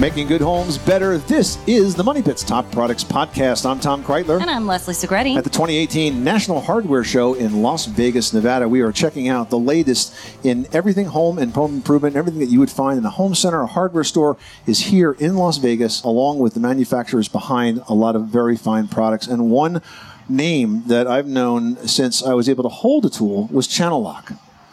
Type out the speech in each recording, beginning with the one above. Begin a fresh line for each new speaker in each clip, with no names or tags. Making good homes better. This is the Money Pits Top Products Podcast. I'm Tom Kreitler.
And I'm Leslie Segretti.
At the 2018 National Hardware Show in Las Vegas, Nevada, we are checking out the latest in everything home and home improvement. Everything that you would find in a home center or hardware store is here in Las Vegas, along with the manufacturers behind a lot of very fine products. And one name that I've known since I was able to hold a tool was Channel Lock.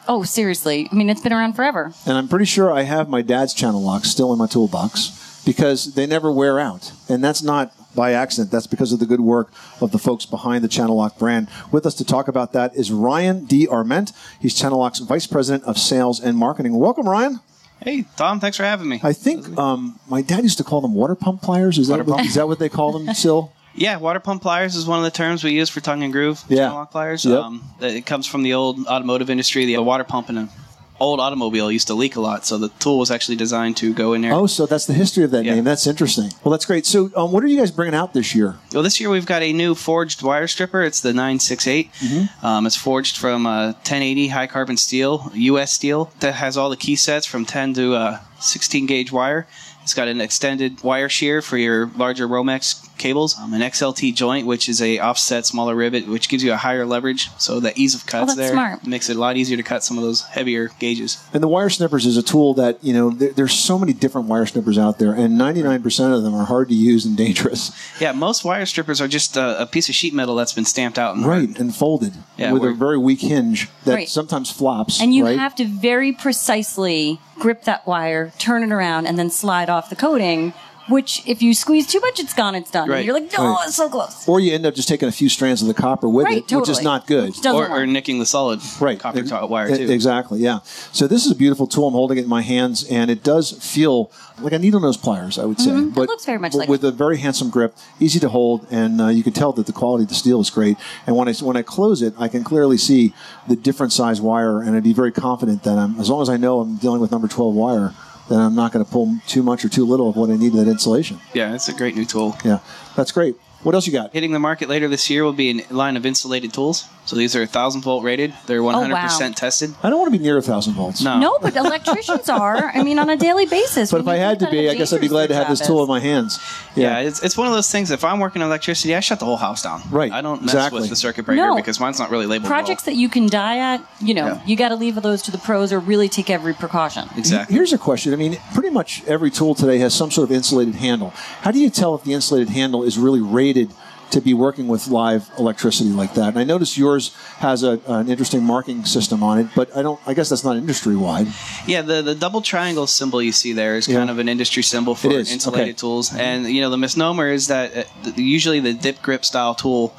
oh, seriously. I mean, it's been around forever.
And I'm pretty sure I have my dad's channel locks still in my toolbox because they never wear out. And that's not by accident. That's because of the good work of the folks behind the Channel Lock brand. With us to talk about that is Ryan D. Arment. He's Channel Lock's Vice President of Sales and Marketing. Welcome, Ryan.
Hey, Tom, thanks for having me.
I think um, my dad used to call them water pump pliers. Is that,
Water
what,
pump.
is that what they call them still?
yeah, water pump pliers is one of the terms we use for tongue and groove.
Yeah.
channel lock pliers.
Yep.
Um, it comes from the old automotive industry. The water pump in an old automobile used to leak a lot, so the tool was actually designed to go in there.
Oh, so that's the history of that
Yeah.
name. That's interesting. Well, that's great. So, um, what are you guys bringing out this year?
Well, this year we've got a new forged wire stripper. It's the 968.
Mm-hmm.
Um, it's forged from uh, 1080 high carbon steel, U.S. steel, that has all the key sets from 10 to uh, 16 gauge wire. It's got an extended wire shear for your larger Romex cables, um, an XLT joint, which is a offset smaller rivet, which gives you a higher leverage. So the ease of cuts
Oh, that's
there
smart.
makes it a lot easier to cut some of those heavier gauges.
And the wire snippers is a tool that, you know, there, there's so many different wire snippers out there, and 99% of them are hard to use and dangerous.
Yeah, most wire strippers are just uh, a piece of sheet metal that's been stamped out. and
Right, and folded
Yeah,
with a
we're-
very weak hinge that
Right.
sometimes flops.
And you
right?
have to very precisely grip that wire, turn it around, and then slide off the coating, which if you squeeze too much, it's gone, it's done.
Right.
You're like, oh,
Right.
it's so close.
Or you end up just taking a few strands of the copper with
Right,
it, which is
totally.
not good.
Which doesn't
Or,
work.
or nicking the solid
Right,
copper
Ex-
to- wire,
e-
too.
Exactly, yeah. So this is a beautiful tool. I'm holding it in my hands, and it does feel like a needle nose pliers, I would say. But
Mm-hmm. looks very much
but
like
with a very handsome grip, easy to hold, and uh, you can tell that the quality of the steel is great. And when I when I close it, I can clearly see the different size wire, and I'd be very confident that I'm as long as I know I'm dealing with number 12 wire, then I'm not going to pull too much or too little of what I need in that insulation.
Yeah, it's a great new tool.
Yeah, that's great. What else you got?
Hitting the market later this year will be a line of insulated tools. So these are 1,000 volt rated. They're
Oh,
100% tested.
I don't want to be near a thousand volts.
No.
No, but electricians are. I mean, on a daily basis.
But if I had to be, I guess I'd be glad to have this tool in my hands.
Yeah, it's, it's one of those things. If I'm working on electricity, I shut the whole house down.
Right,
I don't mess
exactly.
with the circuit breaker
No.
because mine's not really labeled.
Projects that you can die at, you know,
Yeah.
you got to leave those to the pros or really take every precaution.
well. exactly.
Here's a question. I mean, pretty much every tool today has some sort of insulated handle. How do you tell if the insulated handle is really rated to be working with live electricity like that? And I notice yours has a, an interesting marking system on it, but I don't. I guess that's not industry wide.
Yeah, the, the double triangle symbol you see there is
Yeah.
kind of an industry symbol for
It is,
insulated
okay.
tools. And, you know, the misnomer is that uh, th- usually the dip grip style tool.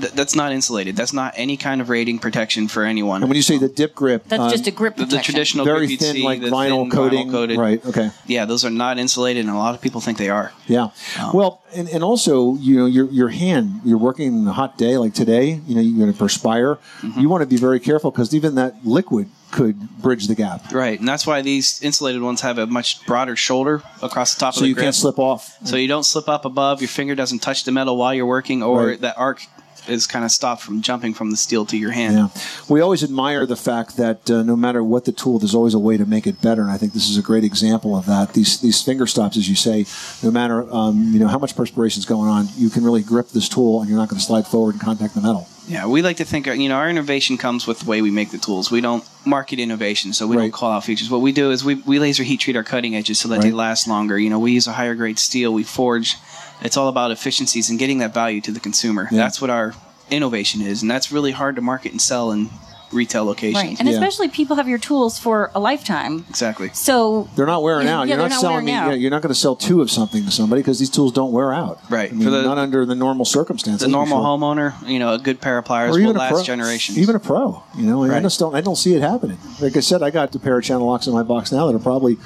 th- That's not insulated. That's not any kind of rating protection for anyone.
And when you say the dip grip,
That's
um,
just a grip
the,
protection.
the traditional grip
very
you'd
thin,
see,
like
the
vinyl
thin
coating,
coated-
right? Okay.
Yeah, those are not insulated, and a lot of people think they are.
Yeah.
Um,
Well, and, and also, you know, your your hand, you're working in a hot day like today, you know, you're going to perspire.
Mm-hmm.
You want to be very careful because even that liquid could bridge the gap.
Right, and that's why these insulated ones have a much broader shoulder across the top
So
of the
you
grip.
can't slip off.
So you don't slip up above. Your finger doesn't touch the metal while you're working, or
Right.
that arc is kind of stopped from jumping from the steel to your hand.
Yeah. We always admire the fact that uh, no matter what the tool, there's always a way to make it better. And I think this is a great example of that. These these finger stops, as you say, no matter um, you know how much perspiration's going on, you can really grip this tool and you're not going to slide forward and contact the metal.
Yeah, we like to think, uh, you know, our innovation comes with the way we make the tools. We don't market innovation, so we
Right.
don't call out features. What we do is we, we laser heat treat our cutting edges so that they
Right.
last longer. You know, we use a higher grade steel, we forge. It's all about efficiencies and getting that value to the consumer.
Yeah.
That's what our innovation is, and that's really hard to market and sell in retail locations.
Right. And
Yeah.
especially people have your tools for a lifetime.
Exactly.
So
They're not wearing out.
Yeah, yeah,
you're
they're
not,
not
selling
wearing
me.
out.
yeah, you're not going to sell two of something to somebody because these tools don't wear out.
Right.
I mean,
For the-
not under the normal circumstances.
The normal
for sure.
homeowner, you know, a good pair of pliers
Or
will
even a
last
pro,
generations.
even a pro, you know, I
Right.
just don't, I don't see it happening. Like I said, I got a pair of channel locks in my box now that are probably,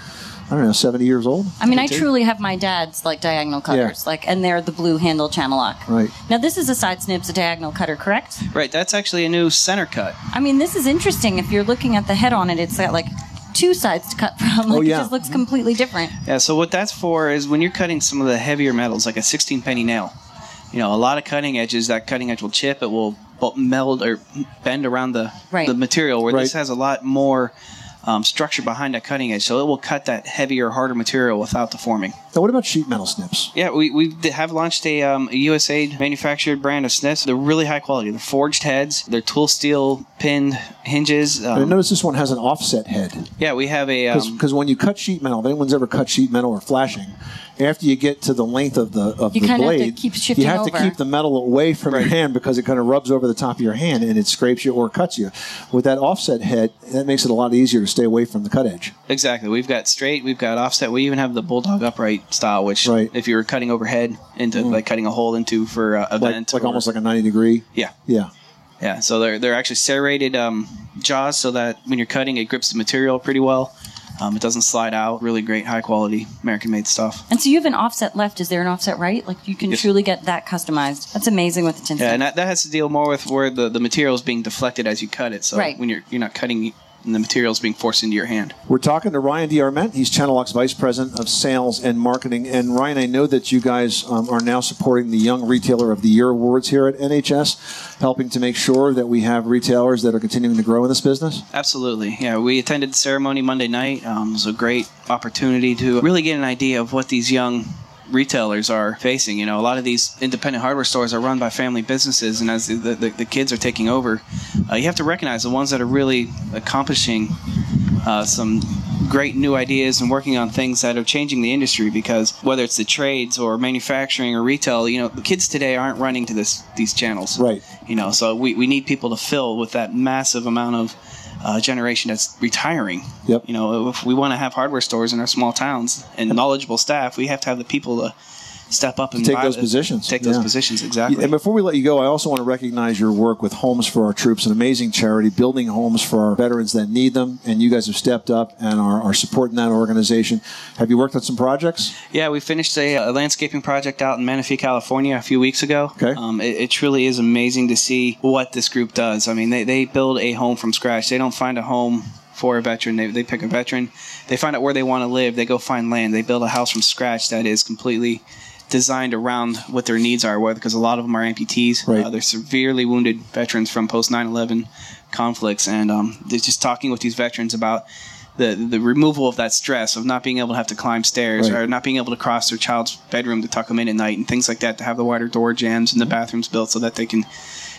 I don't know, seventy years old.
I mean, I truly have my dad's like diagonal cutters, like, and they're the blue handle channel lock.
Right.
Now, this is a side snip's a diagonal cutter, correct?
right, that's actually a new center cut.
I mean, this is interesting. If you're looking at the head on it, it's got like two sides to cut from. Like,
Oh, yeah.
It just looks completely different.
Yeah, so what that's for is when you're cutting some of the heavier metals, like a 16 penny nail, you know, a lot of cutting edges, that cutting edge will chip, it will bu- meld or bend around the,
Right.
the material, where this
Right.
has a lot more um, structure behind that cutting edge, so it will cut that heavier, harder material without deforming.
Now, what about sheet metal snips?
Yeah, we, we d- have launched a, um, a USA manufactured brand of snips. They're really high quality. They're forged heads. They're tool steel pinned hinges.
And I
Um,
notice this one has an offset head.
yeah, we have a um,
because when you cut sheet metal, if anyone's ever cut sheet metal or flashing, after you get to the length of the of
You
the
kinda have to
blade,
keep shifting
you have to
over.
keep the metal away from your hand because it kind of rubs over the top of your hand and it scrapes you or cuts you. With that offset head, that makes it a lot easier to stay away from the cut edge.
exactly. We've got straight. We've got offset. We even have the bulldog upright style, which
Right. Mm.
if you were cutting overhead into like cutting a hole into for uh,
Like,
event,
like
or-
almost like a ninety degree.
yeah,
Yeah.
yeah. So they're they're actually serrated um, jaws so that when you're cutting, it grips the material pretty well. Um, it doesn't slide out. Really great, high quality American made stuff.
And so you have an offset left. Is there an offset right? Like you can truly get that customized. That's amazing with the tin.
Yeah,
stamp.
and that, that has to deal more with where the, the material is being deflected as you cut it. So
Right.
when you're you're not cutting, and the material is being forced into your hand.
We're talking to Ryan Diarment. He's Channellock's Vice President of Sales and Marketing. And Ryan, I know that you guys um, are now supporting the Young Retailer of the Year awards here at NHS, helping to make sure that we have retailers that are continuing to grow in this business.
Absolutely. Yeah, we attended the ceremony Monday night. Um, it was a great opportunity to really get an idea of what these young retailers are facing. You know, a lot of these independent hardware stores are run by family businesses, and as the, the, the kids are taking over, uh, you have to recognize the ones that are really accomplishing uh, some great new ideas and working on things that are changing the industry because whether it's the trades or manufacturing or retail, you know, the kids today aren't running to this these channels.
Right.
You know, so we, we need people to fill with that massive amount of uh, generation that's retiring.
Yep.
You know, if we want to have hardware stores in our small towns and knowledgeable staff, we have to have the people to step up and
Take
buy
those
the-
positions.
Take those
Yeah.
positions exactly.
And before we let you go, I also want to recognize your work with Homes for Our Troops, an amazing charity building homes for our veterans that need them. And you guys have stepped up and are, are supporting that organization. Have you worked on some projects?
Yeah, we finished a, a landscaping project out in Manatee, California, a few weeks ago.
Okay.
Um, it, it truly is amazing to see what this group does. I mean, they, they build a home from scratch. They don't find a home for a veteran. They, they pick a veteran. They find out where they want to live. They go find land. They build a house from scratch that is completely designed around what their needs are, whether because a lot of them are amputees.
Right.
Uh, they're severely wounded veterans from post 9/11 conflicts, and um, they're just talking with these veterans about the the removal of that stress of not being able to have to climb stairs
Right.
or not being able to cross their child's bedroom to tuck them in at night and things like that. To have the wider door jams and the bathrooms built so that they can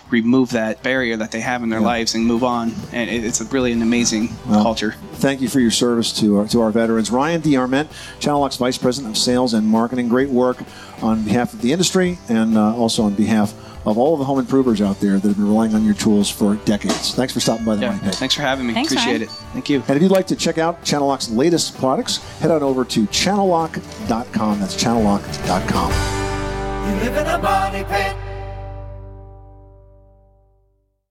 remove that barrier that they have in their lives and move on. And it, it's a, really an amazing culture.
Thank you for your service to our, to our veterans. Ryan DiArment, Channellock's Vice President of Sales and Marketing. Great work on behalf of the industry and uh, also on behalf of all of the home improvers out there that have been relying on your tools for decades. Thanks for stopping by the
Yeah.
Mind Pit.
Thanks for having me.
Thanks,
Appreciate
Ryan.
it. Thank you.
And if you'd like to check out Channellock's latest products, head on over to channellock.com. That's channellock.com.
You live in a money pit.